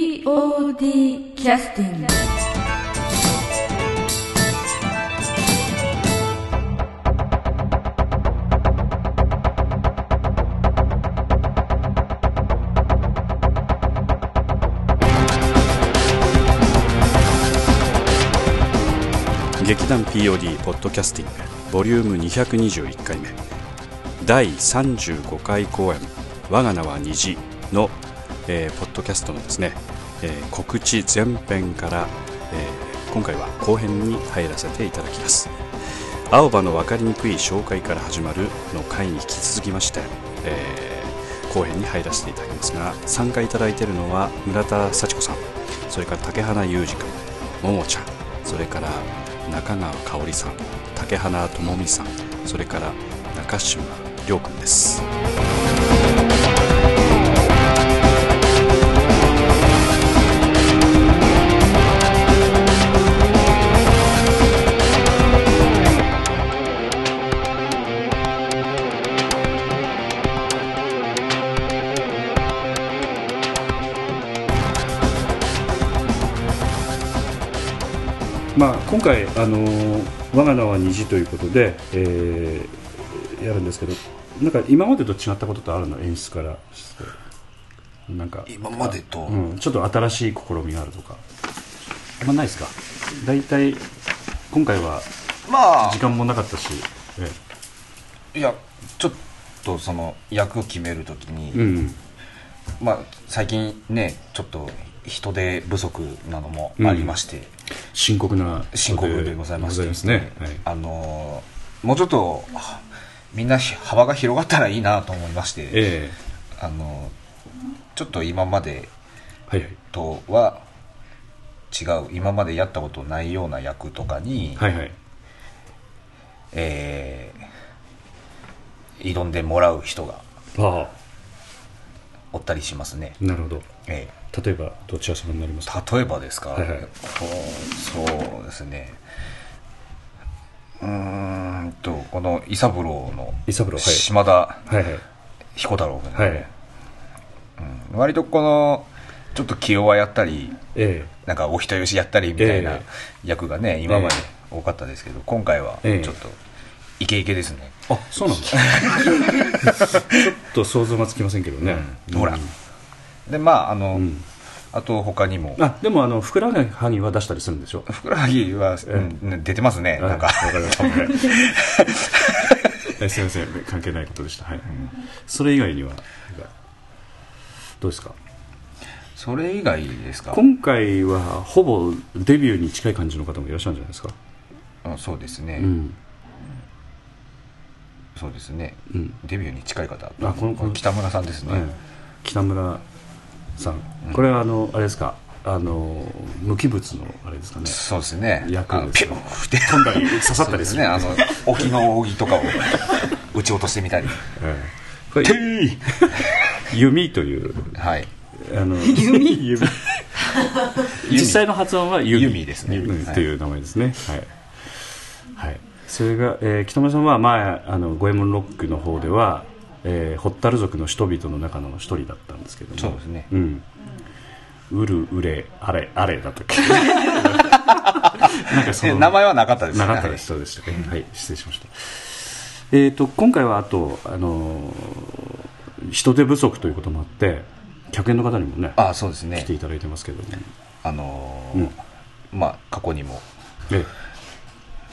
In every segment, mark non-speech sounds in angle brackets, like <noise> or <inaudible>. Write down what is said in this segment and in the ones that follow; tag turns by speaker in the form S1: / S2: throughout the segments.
S1: POD キャスティング
S2: 劇団 POD ポッドキャスティングボリューム221回目第35回公演「我が名は虹の」えーポッドキャストのですね、えー告知前編から、えー今回は後編に入らせていただきます青葉の分かりにくい紹介から始まるの回に引き続きまして、えー後編に入らせていただきますが参加いただいているのは村田幸子さんそれから竹花裕二君ももちゃんそれから中川香織さん竹花智美さんそれから中島亮君です
S3: まあ、今回、あのー我が名は虹」ということで、えーやるんですけどなんか今までと違ったことってあるの演出からしてなんか、
S4: 今までと、
S3: うん、ちょっと新しい試みがあるとかあんまないですか大体今回は
S4: まあ
S3: 時間もなかったし、え
S4: いやちょっとその役決めるときに、
S3: えうん
S4: まあ最近ねちょっと人手不足なのもありまして、
S3: 深刻な
S4: 深刻でございまして
S3: ね、はい
S4: あのーもうちょっとはみんなひ幅が広がったらいいなと思いまして、
S3: え
S4: あのーちょっと今まで
S3: えはいはい
S4: とは違う今までやったことないような役とかに、
S3: はいはい
S4: えー挑んでもらう人が
S3: あ
S4: おったりしますね
S3: あ、なるほど
S4: ええ
S3: 例えばどちら様になりますか
S4: 例えばですか、
S3: はいはい
S4: そうそうですねうーんとこの伊三郎の
S3: 伊三郎はい
S4: 島田
S3: はいはい
S4: 彦太郎君、
S3: はい
S4: うん割とこのちょっと気弱やったり
S3: ええ
S4: なんかお人よしやったりみたい
S3: え
S4: な
S3: え
S4: 役がね、今まで
S3: え
S4: 多かったですけど今回はち
S3: ええ
S4: ょっとイケイケですね、
S3: あそうなんだ <laughs> ちょっと想像がつきませんけどね、
S4: ほら、でまああの、
S3: ん
S4: あと他にも
S3: あでもあのふくらはぎは出したりするんでしょ
S4: ふくらはぎは、うんね出てますね、なんか
S3: わかりましたえすいません関係ないことでしたはい、それ以外にはどうですか
S4: それ以外ですか
S3: 今回はほぼデビューに近い感じの方もいらっしゃるんじゃないですか
S4: うんそうですね、
S3: うん
S4: そうですね、
S3: うん
S4: デビューに近い方
S3: あこのこの
S4: 北村さんですね、
S3: ええ北村さん、これはあのあれですかあの無機物のあれですかね
S4: そうですね
S3: 役
S4: あの
S3: です
S4: ピュ
S3: ね
S4: ッ振って
S3: 飛んだり刺さったりす
S4: そ
S3: る
S4: うですねあの沖の扇とかを撃ち落としてみたり
S3: ええこれ弓という
S4: はい
S3: あの弓実際の発音は弓
S4: 弓ですね
S3: うん
S4: はい
S3: という名前ですねはい、はい、それが、えー北村さんは前あの五右衛門ロックの方では、えー、ホッタル族の人々の中の一人だったんですけども
S4: そうですね
S3: うんうるうれあれあれだ
S4: <laughs>
S3: ったっけなんかそ
S4: で
S3: の
S4: 名前はなかったですね
S3: なかったです、そうでしたね。はい、失礼しました。えっ、と、今回はあと、あのー人手不足ということもあって、客演の方にもね、
S4: はいあそうですね
S3: 来ていただいてますけども、
S4: あのーまあ過去にも
S3: え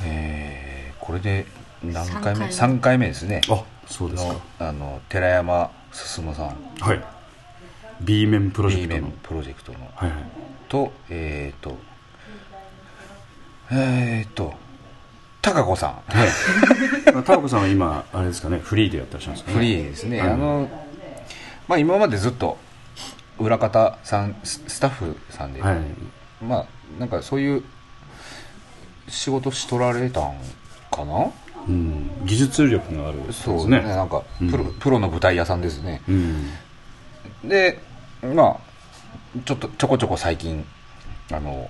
S4: えーこれで何
S1: 三
S4: 回目
S1: 回目
S4: 3回目ですね
S3: えあそうです
S4: のあの寺山進さん
S3: か。はい。B 面プロジェ
S4: B
S3: クトの
S4: 面。プロジェクトの
S3: はいはい。
S4: とえっ、ー、とえっ、ー、と高子さん
S3: はい。タオコさんは今、あれですかね、 <laughs> フリーでやってらっしゃるんですかね。
S4: フリーですね、
S3: はい
S4: あのまあ、今までずっと裏方さんススタッフさんで、
S3: はい。
S4: まあなんかそういう仕事しとられたんかな
S3: うん。技術力のある方です
S4: そうですねなんかプロ,、プロの舞台屋さんですね
S3: うん。
S4: でまあちょっとちょこちょこ最近あの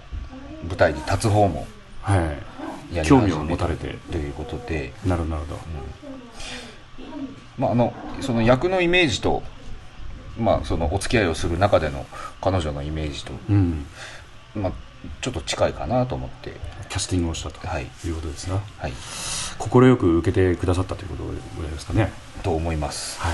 S4: 舞台に立つ方も
S3: はい。
S4: やり始
S3: 興
S4: め
S3: 味を持たれて。
S4: ということで、
S3: なるほどなるほど。
S4: まあ、あのその役のイメージとまあ、そのお付き合いをする中での彼女のイメージと、
S3: うん、
S4: まあ、ちょっと近いかなと思って、
S3: キャスティングをしたと、
S4: はい
S3: い、うことですな
S4: はい、
S3: 快く受けてくださったということぐらいですかね
S4: と思いま
S3: <laughs>
S4: す。
S3: はい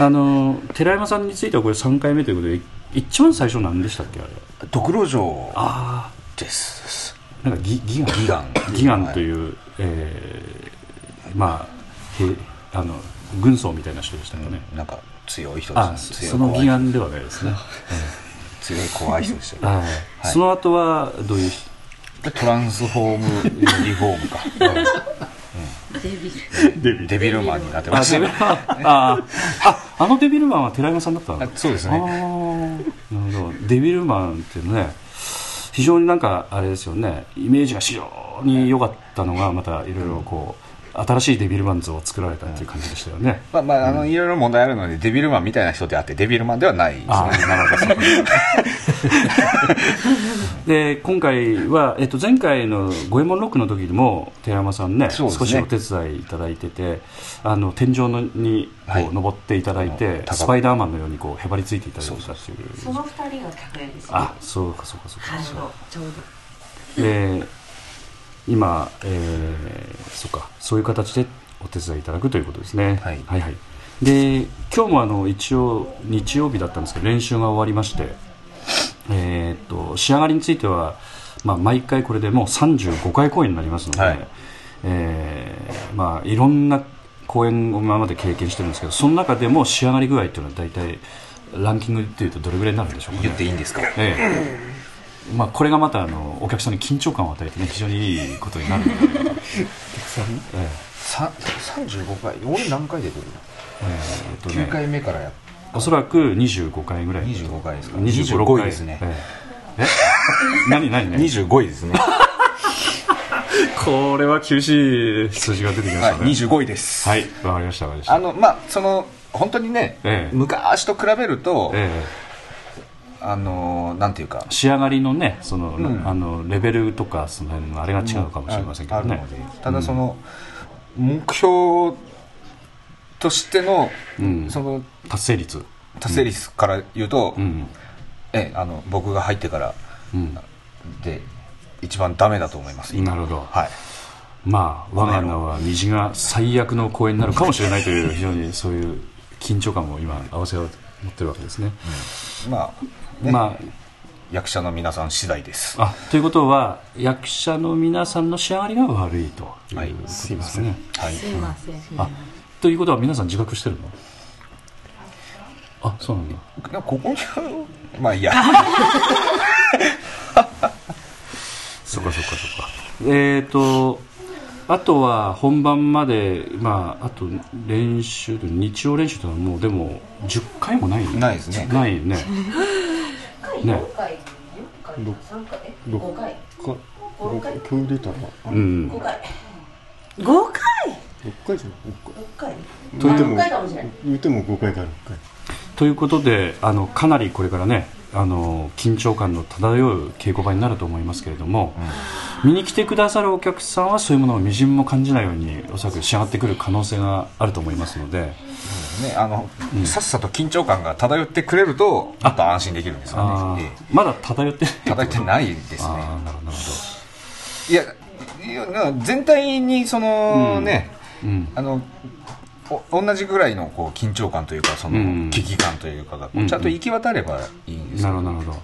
S3: あの寺山さんについてはこれ3回目ということでい一番最初何でしたっけあれ
S4: ドクロ城
S3: あ
S4: です。
S3: あなんかギギガン
S4: ギガン。
S3: ギガンという、えーまあへあの軍曹みたいな人でした
S4: は
S3: よ
S4: い、
S3: ね、
S4: うんなんか強い人
S3: あ
S4: で
S3: そ
S4: す。強い
S3: その
S4: 怖い
S3: 義眼ではないですね、
S4: 強い怖い人でしたよ。
S3: はいその後はどういう <laughs> 人
S4: トランスフォームリフォームか。
S3: <laughs>
S4: デビル。デビルマンになってま
S3: あ
S4: す
S3: デビルマンあああのデビルマンは寺山さんだったの
S4: あそうです
S3: ああ
S4: ね。
S3: なるほどデビルマンっていうね非常になんかあれですよねイメージが非常に良かったのがまたいろいろこう新しいデビルマン像を作られたっていう感じでしたよね、
S4: まあまあ、あの、いろいろ問題あるので、デビルマンみたいな人であって、デビルマンではないですね。
S3: ああなるほどで今回は、えっと、前回の「五右衛門ロック」の時にも寺山さんね
S4: そうです
S3: 少
S4: ね
S3: しお手伝いいただいててあの天井のにこう、
S4: はい
S3: 登っていただい
S4: あの
S3: て
S4: 高く
S3: スパイダーマンのようにこうへばりついていただいてたっていう
S1: その二人が客演ですね。
S3: あそうかそうかそうか、
S1: はい、ちょうど。
S3: で今、えーそうかそういう形でお手伝いいただくということですね、
S4: はい
S3: はいはいで今日もあの一応日曜日だったんですけど練習が終わりまして、えーっと仕上がりについては、まあ、毎回これでもう35回公演になりますので、
S4: はい
S3: えーまあ、いろんな公演を今まで経験してるんですけどその中でも仕上がり具合っていうのは大体ランキングっていうとどれぐらいになるんでしょうかね
S4: 言っていいんですか
S3: ええまあ、これがまたあのお客さんに緊張感を与えてね非常にいいことになるんじゃないかと、え
S4: さ35回俺何回で出る
S3: ええーと
S4: の、
S3: ね
S4: 9回目からやっ
S3: おそらく25回ぐらい
S4: 25回ですか
S3: 25
S4: 25
S3: 6
S4: 位
S3: 回
S4: ですね
S3: えええ何何何
S4: 25位ですねは
S3: これは厳しい数字が出てきました
S4: い
S3: ね
S4: 25位です、
S3: はいわ、かりましたわかりました
S4: あのまあその本当にね、
S3: ええ
S4: 昔と比べると、
S3: え
S4: あのーなんていうか
S3: え仕上がりのねその、
S4: ん
S3: あのレベルとかその辺のあれが違うかもしれませんけど
S4: ああ
S3: ね
S4: るのでただその、目標としての、
S3: うん
S4: その
S3: 達成率
S4: 達成率から言うと、
S3: うん
S4: ええあの僕が入ってから
S3: うん
S4: で一番ダメだと思います
S3: なるほど
S4: はい
S3: まあ、我が名は虹が最悪の公演になるかもしれないと
S4: <laughs>
S3: いう非常にそういう緊張感も今合わせを持ってるわけですね。
S4: まあ、ね
S3: ま
S4: 役者の皆さん次第です
S3: あ、あということは役者の皆さんの仕上がりが悪いという
S4: はい
S3: ことです
S4: い
S3: ね。
S4: ませんはい
S1: すいません。
S3: あということは皆さん自覚してるのあそうなんだ
S4: いやここにあるま
S3: <laughs>
S4: あいいや
S3: そうかそうかそうかえっ、とあとは本番までまああと練習日曜練習というのはもうでも10回もない
S4: ないですね
S3: ない
S4: <laughs>
S3: よねね
S1: 回、三回、五回、
S5: か
S1: 五回、
S5: トイレたら
S3: うん
S1: 五回。五回
S5: 6回じゃん6回
S1: 六回
S5: といって
S1: 六
S5: も
S1: 回かもしれない。
S5: 言うても5回から6回
S3: ということであのかなりこれからねあの緊張感の漂う稽古場になると思いますけれども、見に来てくださるお客さんはそういうものをみじんも感じないようにおそらく仕上がってくる可能性があると思いますので
S4: ねあの、さっさと緊張感が漂ってくれるとちょっと安心できるんですよ
S3: あ
S4: ね
S3: ー
S4: ええ
S3: まだ漂ってない
S4: 漂ってないですね
S3: あーなるほどなるほ
S4: いやいやな全体にそのね、
S3: ど、うん、
S4: あのお同じぐらいのこう緊張感というかそ
S3: うん
S4: の危機感というかがこ
S3: う
S4: うんちゃんと行き渡ればいいんです
S3: な
S4: よ
S3: るほどなるほど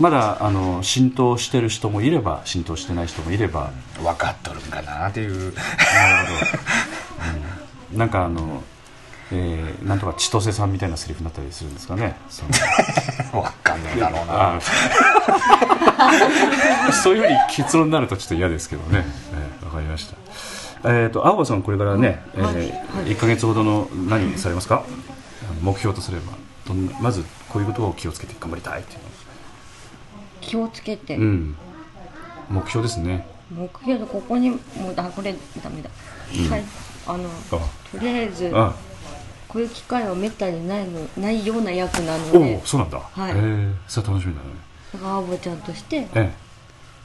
S3: まだあの浸透してる人もいれば浸透してない人もいれば
S4: 分かっとるんかなっ
S3: <laughs>
S4: ていう
S3: なるほど、うん、なんかあの、えーなんとか千歳さんみたいなセリフになったりするんですかねその
S4: 分かんねえだろうな
S3: あー <laughs> そういうふうに結論になるとちょっと嫌ですけどねわ、えーわかりましたえっ、と青葉さんこれからね、え1か月ほどの何されますかあの目標とすればどんなまずこういうことを気をつけて頑張りたいっていうの
S6: 気をつけて、
S3: うん、目標ですね
S6: 目標のここにもあこれダメだ、はいあの
S3: あ
S6: とりあえず
S3: あ
S6: こういう機会はめったにないのないような役なの
S3: お
S6: で
S3: おそうなんだ、
S6: はい
S3: えーそれは楽しみだね
S6: だからアボちゃんとして
S3: ええ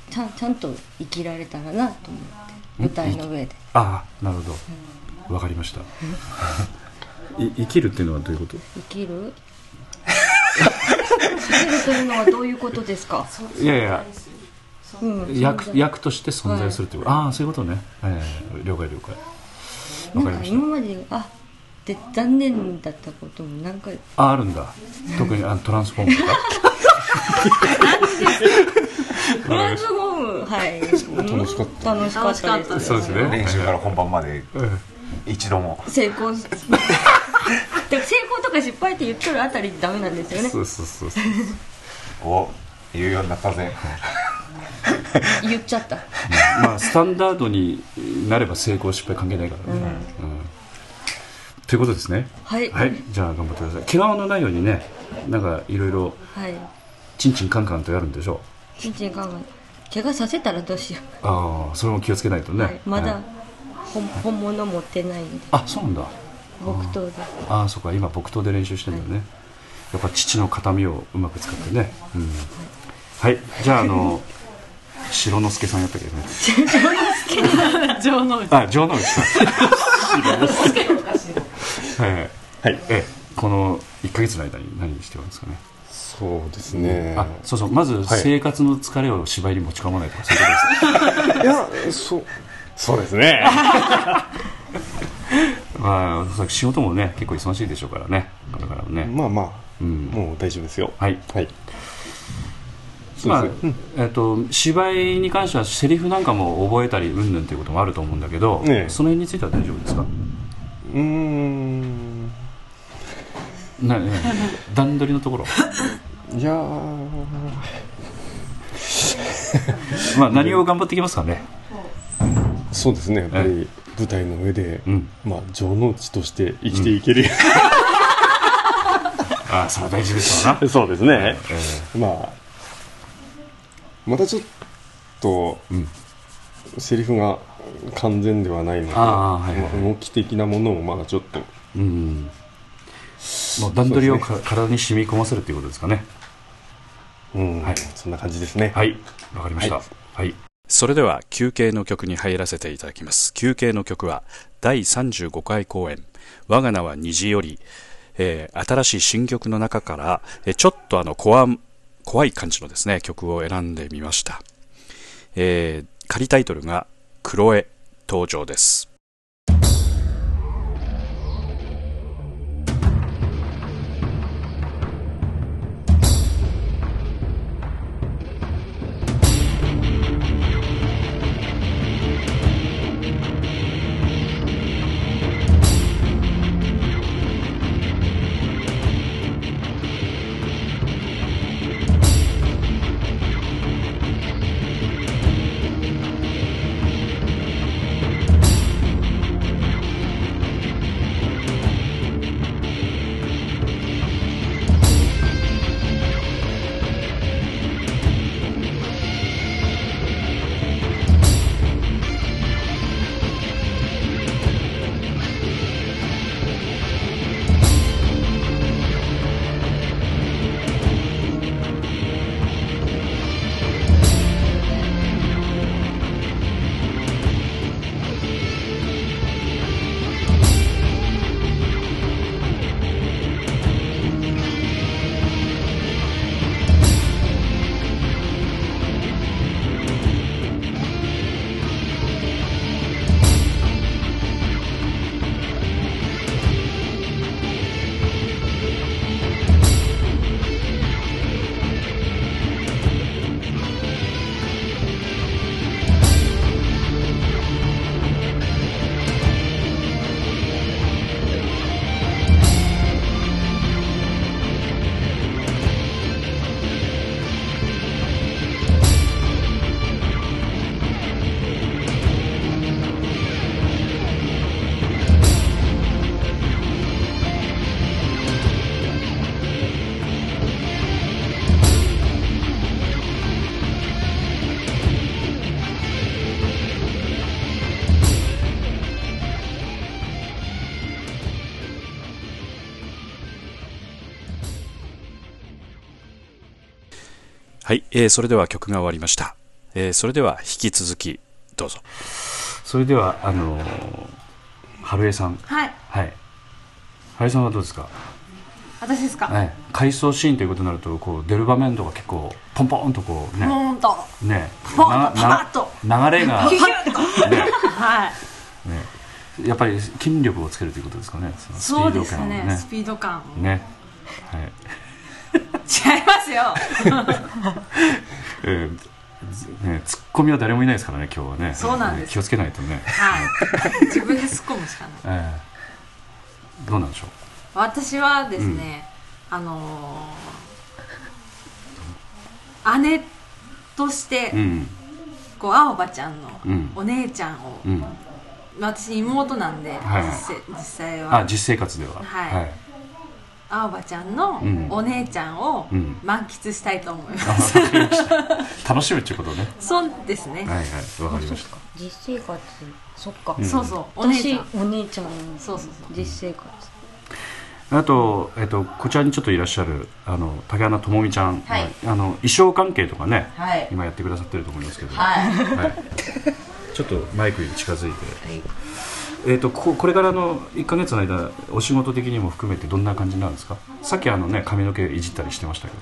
S6: ちゃんちゃんと生きられたらなと思って舞台の上で
S3: ああなるほどわかりました <laughs> い生きるっていうのはどういうこと
S6: 生き
S3: <laughs>
S6: る生きるというのはどういうことですか
S3: いやいや
S6: うん
S3: 役役として存在するってこと、ああそういうことね、ええ了解了解
S6: な
S3: わ
S6: ん
S3: かり
S6: か
S3: ました
S6: 今まであって残念だったことも何回
S3: ああるんだ特にあのトランスフォームとか
S6: トランスフォームはい
S5: 楽しかった
S6: 楽しかったです
S3: <laughs> そうですね
S4: 練習から本番まで
S3: うん
S4: 一度も
S6: 成功すで成功とか失敗って言っとるあたりダメなんですよね
S3: そうそうそうそう
S4: を言うようになったぜ
S6: 言っちゃった
S3: まあスタンダードになれば成功失敗関係ないからね、うんということですね
S6: はい
S3: はいじゃあ頑張ってください怪我のないようにねなんかいろいろ
S6: はい
S3: チンチンカンカンとやるんでしょ
S6: ちんちんかんが怪我させたらどうしよ
S3: うああそれも気をつけないと
S6: う、
S3: ね、
S6: はい、まだ
S3: ね
S6: 本本物持ってないんで
S3: あそうなんだ
S6: 木刀で
S3: ああそっか今木刀で練習してんだよね、やっぱ父の形見をうまく使ってねうんはいじゃああの白之助さんやったけどね
S7: 城之内
S3: あ城之内さん白之助はいはい、
S5: はい
S3: ええこの1か月の間に何してるんですかね、
S5: そうですね
S3: あそうそうまず
S5: い
S3: 生活の疲れを芝居に持ち込まないとかそういうこ
S5: いやそうそうです <laughs> ね
S3: とですまあ仕事もね結構忙しいでしょうからねこれからもね、
S5: まあまあ
S3: うん
S5: もう大丈夫ですよ
S3: はい
S5: はい
S3: まあ
S5: そうですね
S3: えっと芝居に関してはセリフなんかも覚えたりうんぬんということもあると思うんだけど、
S5: ええ
S3: その辺については大丈夫ですか、
S5: うーん
S3: ねね段取りのところ
S5: いやー
S3: まあ何を頑張っていきますかね
S5: そうですねやっぱり舞台の上で、
S3: うん
S5: まあ城之内として生きていける、
S3: ああそれは大事です
S5: <laughs>
S3: わな
S5: そうですね
S3: <laughs> え
S5: まあまたちょっと、
S3: うん
S5: セリフが完全ではないので、
S3: ああはいはい
S5: まあ動き的なものもまだちょっと
S3: えうんもう段取りをか、体に染み込ませるということですかね
S5: うん、
S3: はい
S5: そんな感じですね
S3: はいわかりましたはい、
S2: それでは休憩の曲に入らせていただきます。休憩の曲は第35回公演、我が名は虹より、えー新しい新曲の中から、えーちょっとあの怖ん怖い感じのですね、曲を選んでみました。えー仮タイトルが、クロエ登場です。はい、えーそれでは曲が終わりました。えーそれでは引き続き、どうぞ。
S3: それではあのー春江さん
S7: はい
S3: はい。林さんはどうですか、
S7: 私ですか。
S3: ね、回想シーンということになるとこう出る場面とか結構ポンポンとこうね、
S7: もんと。
S3: ね
S7: ポンと
S3: な
S7: パ
S3: な流れが、
S7: <laughs> ヒュヒュッと。
S3: ね
S7: はい。
S3: ね、やっぱり筋力をつけるということですかねそのスピ
S7: そ
S3: ー
S7: う
S3: ド
S7: です
S3: 感をね
S7: ね。スピード感。違い
S3: ねはい
S7: ますよ。
S3: えーずね、ツッコミは誰もいないですからね今日はね
S7: そうなんです
S3: 気をつけないとね、
S7: はい。自分で突っ込むしかない。
S3: えーどうなんでしょう
S7: 私はですね、あのー姉として、
S3: うん
S7: こう青葉ちゃんの
S3: うん
S7: お姉ちゃんを、
S3: うん
S7: 私妹なんで、
S3: はい
S7: 実際実際
S3: あ
S7: は
S3: 実生活では
S7: はい青葉ちゃんの
S3: うん
S7: お姉ちゃんを
S3: うん
S7: 満喫したいと思います、
S3: あわかりました楽しむっていうことね
S7: そうですね、
S3: はいはいわかりました
S6: 実生活そっか、
S3: ん
S7: そうそうお姉
S6: 私
S7: ちゃん
S6: お姉ちゃん
S7: そうそうそう
S6: 実生
S7: <laughs>
S6: 活
S3: あと、えっと、こちらにちょっといらっしゃるあの竹穴智美ちゃん、
S1: はい
S3: あの衣装関係とかね、
S1: はい
S3: 今やってくださってると思いますけど、
S1: はい
S3: はいちょっとマイクに近づいて、えっとここれからの1か月の間お仕事的にも含めてどんな感じなんですかさっきあの、ね、髪の毛いじったりしてましたけ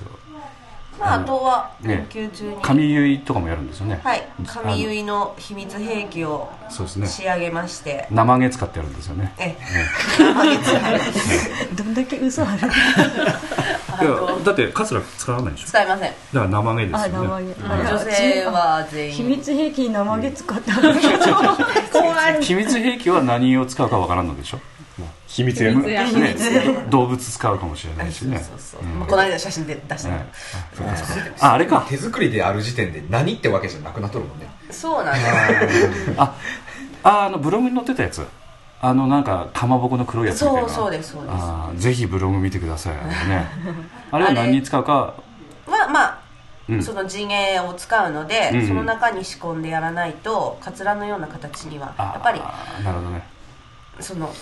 S8: まあ、あとは
S3: ね
S8: 研究中に、
S3: ど髪結いとかもやるんですよね
S8: はい
S3: あの
S8: 紙結いの秘密兵器を
S3: そうですね
S8: 仕上げまして、
S3: 生毛使ってやるんですよね
S8: え
S6: どんだけ嘘ある
S3: いやだってカツラ使わないでしょだ
S8: 使いません
S3: から生毛で
S6: あ
S3: すよ
S6: 生
S3: ね
S6: 毛
S8: 女性は全
S6: 秘
S8: 員
S6: 密兵器に生毛使った <laughs> の怖い
S3: 秘密兵器は何を使うかわからんのでしょ
S5: 秘密やむ
S7: いや
S3: ね、動物使うかもしれないしね
S8: そうそう、この間写真で出した、
S3: ねああれか
S9: 手作りである時点で何ってわけじゃなくなっとるもんね
S8: そうなんで
S3: あああのブログに載ってたやつあのなんかかまぼこの黒いや
S8: す
S3: つみたい
S8: そ
S3: な
S8: うそうですそうですは
S3: あーぜひブログ見てくださいあれ,、
S8: <laughs>
S3: ね、あれは何に使うか
S8: まあ
S3: うん
S8: その地毛を使うので、
S3: うん
S8: その中に仕込んでやらないとカツラのような形にはやっぱり
S3: あーなるほどね、
S8: その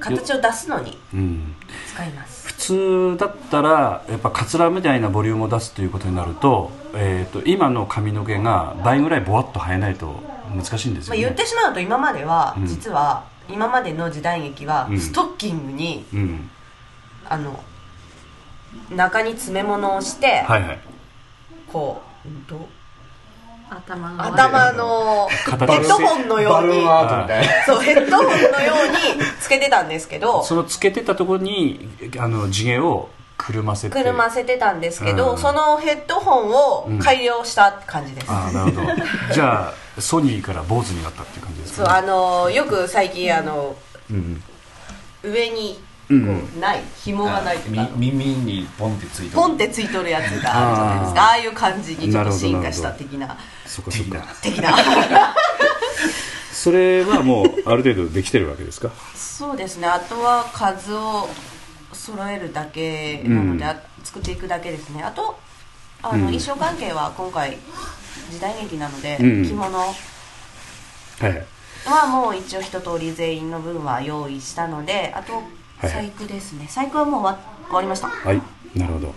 S8: 形を出すのに
S3: うん、
S8: 使います
S3: 普通だったらやっぱカツラみたいなボリュームを出すということになると,、えー、と今の髪の毛が倍ぐらいボワッと生えないと難しいんですよ
S8: まあ、
S3: ね、
S8: 言ってしまうと今までは、
S3: うん
S8: 実は今までの時代劇は、
S3: うん
S8: ストッキングに
S3: うん
S8: あの中に詰め物をして、
S3: はいはい
S8: こうど
S7: 頭が
S8: 頭のヘ
S3: 形
S8: ッドホンのよ
S9: バ
S8: う
S9: ルー
S8: に
S9: ンアートみたいな
S8: そうヘッドホンのようにつけてたんですけど
S3: そのつけてたところにあの地毛をくるませて
S8: くるませてたんですけど、
S3: うん
S8: そのヘッドホンを改良した感じです、
S3: ああなるほどじゃあソニーから坊主になったっていう感じです
S8: そう
S3: か、
S8: あ
S3: ね、
S8: のよく最近あの、
S3: ん
S8: 上に
S3: う
S8: こ
S3: ん
S8: うない紐がないとか
S9: み耳にポンってついて
S8: ポンってついとるやつがあるじゃないですかああいう感じにちょっと進化した的な
S3: そこそこ
S8: 的な
S3: それはもうある程度できてるわけですか
S8: そうですねあとは数を揃えるだけなの
S3: うん
S8: で、あ作っていくだけですねあとあの、衣装関係は今回時代劇なので、
S3: うん
S8: 着物
S3: はいはい
S8: はもう一応一通り全員の分は用意したのであと
S3: い
S8: 細工ですね、細工はもう終わ終わりました
S3: はいなるほど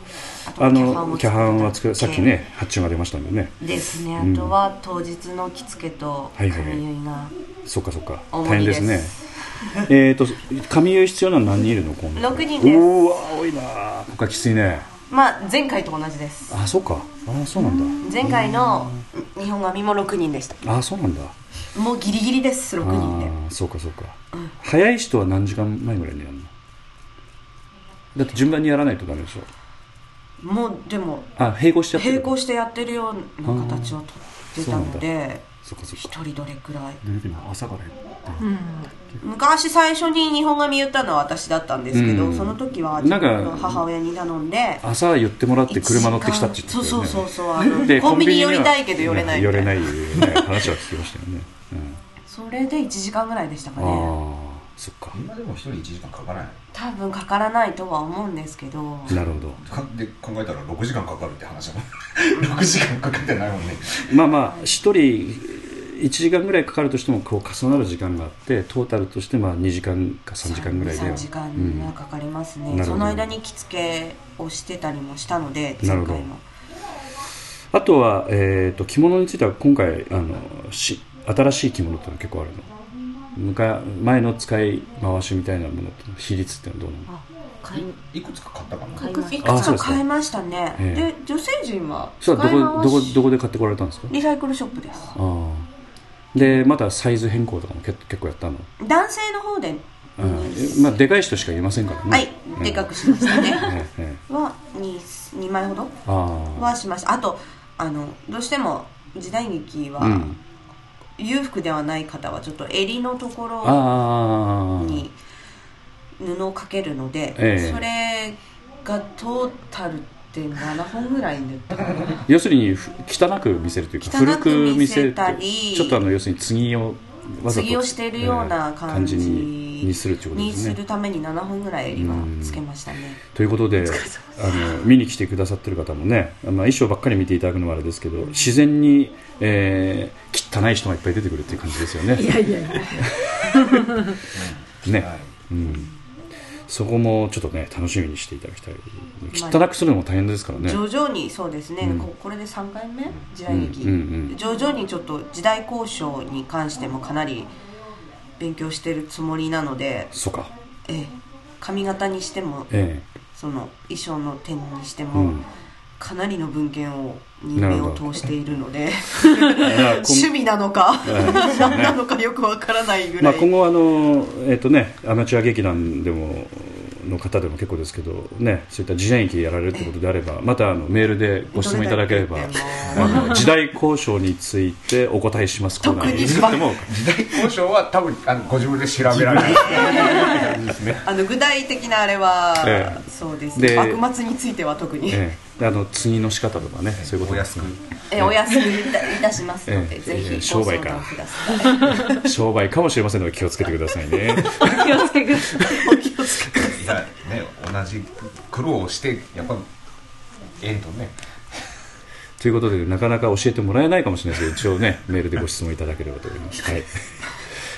S8: と
S3: あのキ
S8: キ
S3: ャ
S8: ャ
S3: ハ
S8: ハ
S3: ン
S8: ン
S3: は
S8: は
S3: 作る
S8: 作る
S3: さっきね発注が出ましたんでね
S8: ですね
S3: うん
S8: あとは当日の着付けと
S3: はい
S8: 髪
S3: はいはい
S8: 結
S3: そ
S8: いが
S3: っかそっか大
S8: 重
S3: 変
S8: り
S3: で
S8: ですす
S3: ねえっと髪結い必要なのは何人いるの今度
S8: 六人です
S3: うわ多いなそっかきついね
S8: まあ前回と同じです
S3: あそっかあそうなん
S8: 前回の日本髪も6人でした
S3: だあそうなんだ
S8: もうギリギリです6
S3: あ
S8: 人で
S3: ーそうかそうか、早い人は何時間前ぐらいにやるのだって順番にやらないとダメでしょ
S8: もうでも
S3: あ並行しちゃってる
S8: 並行してやってるような形をとってたので
S3: そっかそっか
S8: 一人どれくらい
S3: 朝から
S8: 昔最初に日本髪言ったのは私だったんですけど、
S3: うん
S8: その時は
S3: なんか
S8: 自分の母親に頼んで
S3: 朝言ってもらって車乗ってきたって言ってたよね
S8: そうそうそうそうあのコンビニ寄りたいけど寄れない
S3: 寄
S8: みた
S3: れ
S8: い
S3: な
S8: ない
S3: ね話は聞きましたよ
S8: <laughs>
S3: ね、うん
S8: それで1時間ぐらいでしたかね
S3: ああそっか
S9: 今でも一人1時間かからない
S8: 多分かからないとは思うんですけど
S3: なるほど
S9: かで考えたら6時間かかるって話だもん <laughs> 6時間かかってないもんね
S3: まあまあ一人1時間ぐらいかかるとしてもこう重なる時間があってトータルとしてまあ2時間か3時間ぐらいで
S8: 3時間はかかりますね、
S3: うんなるほ
S8: そ
S3: ど
S8: の間に着付けをしてたりもしたので
S3: な
S8: 前
S3: るほど
S8: 回も
S3: あとは、えー、と着物については今回あのし新しい着物っていうのは結構あるの昔前の使い回しみたいなものとの比率ってのはどうなの
S8: 買い
S9: いくつか買ったかな
S8: 買いまし
S3: あ
S8: たいく
S3: そうです
S8: つか
S3: か
S8: 買いましたね、
S3: ええ
S8: で女性陣は
S3: それはどこどこ
S8: 使い回し
S3: どこで買ってこられたんですか
S8: リサイクルショップです
S3: ああでまたサイズ変更とかも結結構やったの、
S8: 男性の方で、
S3: うんえまあ、でかい人しかいませんからね
S8: はいでかくしましたね、
S3: ええええ
S8: は 2, 2枚ほど
S3: あ
S8: はしましたあとあのどうしても時代劇は、
S3: あうん
S8: 裕福ではない方はちょっと襟のところ
S3: ああ
S8: に布をかけるので、
S3: ええ
S8: それがトータルって7本ぐらいで
S3: 要するにふ汚く見せるというか
S8: 汚
S3: 古
S8: く
S3: く見
S8: 見
S3: せると
S8: せたり
S3: ちょっとあの要するに継ぎをわざと
S8: 継ぎをしてるような感じ
S3: ええににするということで
S8: に
S3: す
S8: す
S3: ね
S8: るために7本ぐらい襟はつけましたね
S3: ということであの見に来てくださってる方もね、まあ、衣装ばっかり見ていただくのもあれですけど自然に、えー汚い人がいっぱい出てくるっていう感じですよね。 <laughs> ね、うん、そこもちょっとね楽しみにしていただきたい汚くするのも大変ですからね。
S8: 徐々にそうですね、
S3: うん
S8: ここれで3回目時代劇、
S3: うんうんうん
S8: 徐々にちょっと時代交渉に関してもかなり勉強してるつもりなので、
S3: そう
S8: <laughs>
S3: か、
S8: ええ髪型にしても
S3: え
S8: その衣装の点にして
S3: えう
S8: も、
S3: ん、
S8: かなりの文献をに目を通しているので
S3: だからこん
S8: <laughs> 趣味な
S3: <laughs>
S8: のか
S3: ええ
S8: 何なのかよくわからないぐ
S3: ま
S8: ら
S3: あ、
S8: い、
S3: 今後あの、えっとね、アマチュア劇団でもの方でも結構ですけど、ね、そういった時代劇やられるということであればまたあのメールでご質問いただければ
S8: どれだけ言
S3: あの時代交渉についてお答えしますコーナーに
S8: 特に
S3: 作っても
S9: 時代交渉は多分あのご自分で調べられる
S8: あの具体的なあれは、
S3: ええ
S8: そうです
S3: で
S8: ね幕末については特に、え
S3: ええ、あの継ぎの仕方とかねそういうこと
S9: お
S3: で
S9: 安
S3: す
S9: く
S3: ね
S8: えお休みいたいたしますので、
S3: ええ
S8: ぜ
S3: ええ
S8: ひ
S3: 商
S8: ご
S3: 売
S8: 相
S3: か
S8: 談ください
S3: 商売かもしれませんので気をつけてくださいね
S7: 気をつけください
S9: いやね同じ苦労をしてやっぱ縁とね
S3: ということでなかなか教えてもらえないかもしれないですけど一応 <laughs> ねメールでご質問いただければと思いますはい、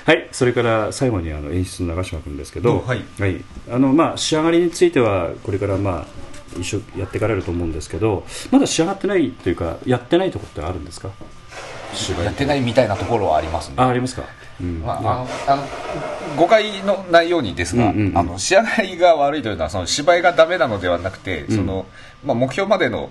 S3: はい、それから最後にあの演出の長嶋君ですけど、
S9: うんはい
S3: あのまあ、仕上がりについてはこれからまあ一緒やっていかれると思うんですけどまだ仕上がってないというかやってないところってあるんですか芝居
S4: やってないみたいなところはありますね
S3: あありますか、うん
S4: まあ、あのあの誤解のないようにです
S3: うん
S4: が、
S3: うんうん
S4: あの仕上がりが悪いというのはその芝居がダメなのではなくて、そのまあ、目標までの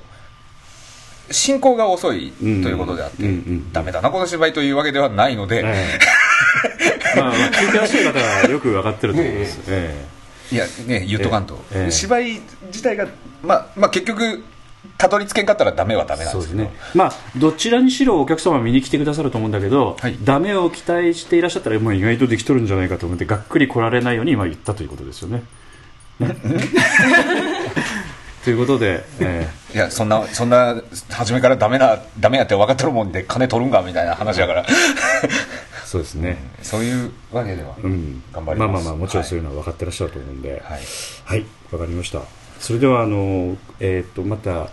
S4: 進行が遅いということであって、
S3: うんうんうん
S4: ダメだなこの芝居というわけではないので、
S3: ええまあ、まあ聞いてらっしゃる方はよく分かってると思い <laughs> ます、え
S4: いやね言っとかんと、
S3: ええええ
S4: 芝居自体が、まあまあ、結局たどり着けんかったらダメはダメ
S3: え
S4: なん
S3: そう
S4: で
S3: ですす
S4: けど
S3: ねまあどちらにしろお客様は見に来てくださると思うんだけど、
S4: はい
S3: ダメを期待していらっしゃったらもう意外とできとるんじゃないかと思ってがっくり来られないように今言ったということですよ
S4: <laughs>
S3: ね。 <laughs> ねということで、え
S4: いやそんなそんな初めからダメなダメやって分かってるもんで金取るんかみたいな話だから
S3: えそうですね、
S4: <laughs> そういうわけでは、
S3: うん、
S4: 頑張ります
S3: まあまあまあもちろんそういうのは分かってらっしゃると思うんで、はい、わかりました。それではあのえっ、とまた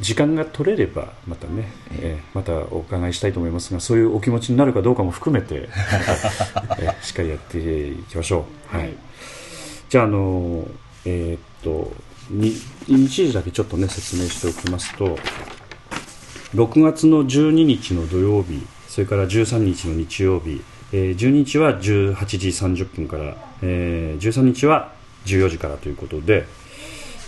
S3: 時間が取れればまたね、えーまたお伺いしたいと思いますが、そういうお気持ちになるかどうかも含め <laughs> て、えーしっかりやっていきましょう。はい。じゃああのえっ、とに日時だけちょっとね説明しておきますと。6月の12日の土曜日それから13日の日曜日、えー12日は18時30分から、えー13日は14時からということで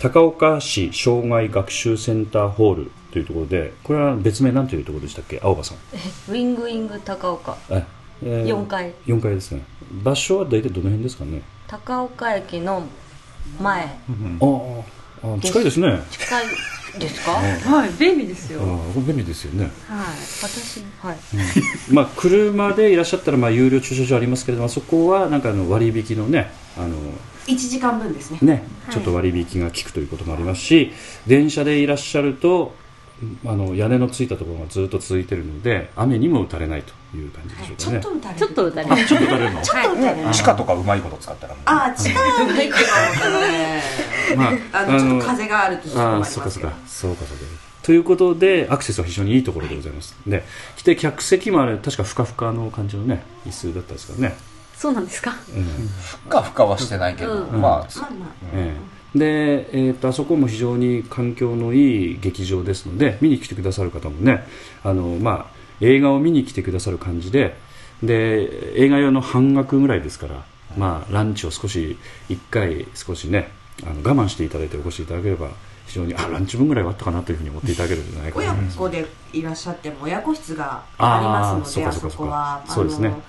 S3: 高岡市障害学習センターホールというところでこれは別名なんていうところでしたっけ青葉さん
S6: ウィングウィング高岡
S3: あ、え
S6: 4階
S3: 4階ですね場所は大体どの辺ですかね、
S6: 高岡駅の前
S3: あーあー近いですねあ
S6: 近いですかはい
S7: はい便利ですよ
S3: あ
S7: はい
S3: ーこれ便利ですよね
S6: 私はい
S3: まあ、車でいらっしゃったらまあ有料駐車場ありますけれどもあそこはなんかあの割引のねあの
S8: 1時間分ですね
S3: ね、ちょっと割引が効くということもありますし電車でいらっしゃるとうんあの屋根のついたところがずっと続いているので雨にも打たれないという感じでしょうか
S8: ちょ
S3: ね、
S8: っと打たれる
S7: ちょっと打たれる
S3: ちょっと打たれるの
S8: ちょっと打たれる
S4: 地下とかうまいこと使ったらもう
S8: ああ近いのね
S3: ま
S8: あのちょっと風があるとちょっと困り
S3: ああ
S8: ます
S3: そうか
S8: よ
S3: そうかそうかそうかということでアクセスは非常にいいところでございます、で来て客席もあれ確かふかふかの感じのね椅子だったですからね、
S7: そうなんですか
S3: うん
S4: ふかふかはしてないけど、
S7: う
S4: ま
S8: まあ
S4: あ、
S8: ま
S3: ええで、えー、とあそこも非常に環境のいい劇場ですので見に来てくださる方もねあの、まあ、映画を見に来てくださる感じでで映画用の半額ぐらいですから、まあ、ランチを少し1回少しねあの我慢していただいてお越しいただければ非常にあランチ分ぐらいはあったかなというふうに思っていただけるんじゃないかな
S7: 親
S3: と
S7: 子でいらっしゃっても親子室がありますので
S3: あー
S7: あ
S3: そうかそうか
S7: そこは
S3: そうかそうですね
S7: あの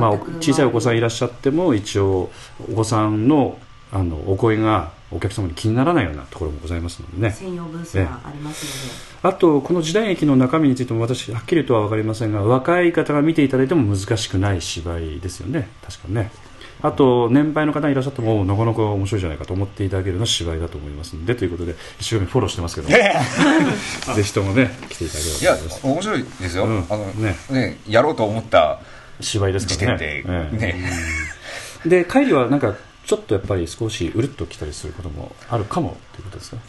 S3: まあ、お
S7: 全く
S3: 小さいお子さんいらっしゃっても一応お子さんのあのお声がお客様に気にならないようなところもございますのでね
S7: 専用ブースがありますので、
S3: あとこの時代劇の中身についても私はっきりとは分かりませんが若い方が見ていただいても難しくない芝居ですよね確かねあと年配の方いらっしゃってもおなかなか面白いじゃないかと思っていただけるような芝居だと思いますのでということで一生懸命フォローしてますけど <laughs> ぜひともね来ていただければ
S4: い
S3: と思
S4: や
S3: います
S4: 面白いですよ、
S3: うん
S4: あの
S3: ね
S4: ねやろうと思った
S3: 芝居です
S4: 時
S3: からね
S4: 点で
S3: え
S4: ね
S3: えで帰りはなんかちょっとやっぱり少しうるっときたりすることもあるかもということですね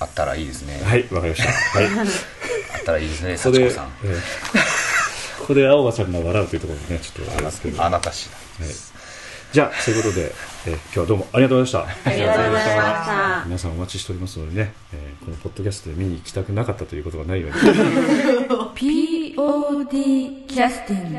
S4: あったらいいですね
S3: はいわかりましたはい
S4: あったらいいですね
S3: ここ
S4: 幸
S3: で、ええ
S4: 子さん
S3: ここで青葉さんが笑うというところもねちょっとありますけど
S4: あなた次第
S3: じゃあそういうことで、えー今日はどうもありがとうございました
S7: ありがとうございました
S3: 皆さんお待ちしておりますのでね、えーこのポッドキャストで見に行きたくなかったということがないように
S10: POD キャスティング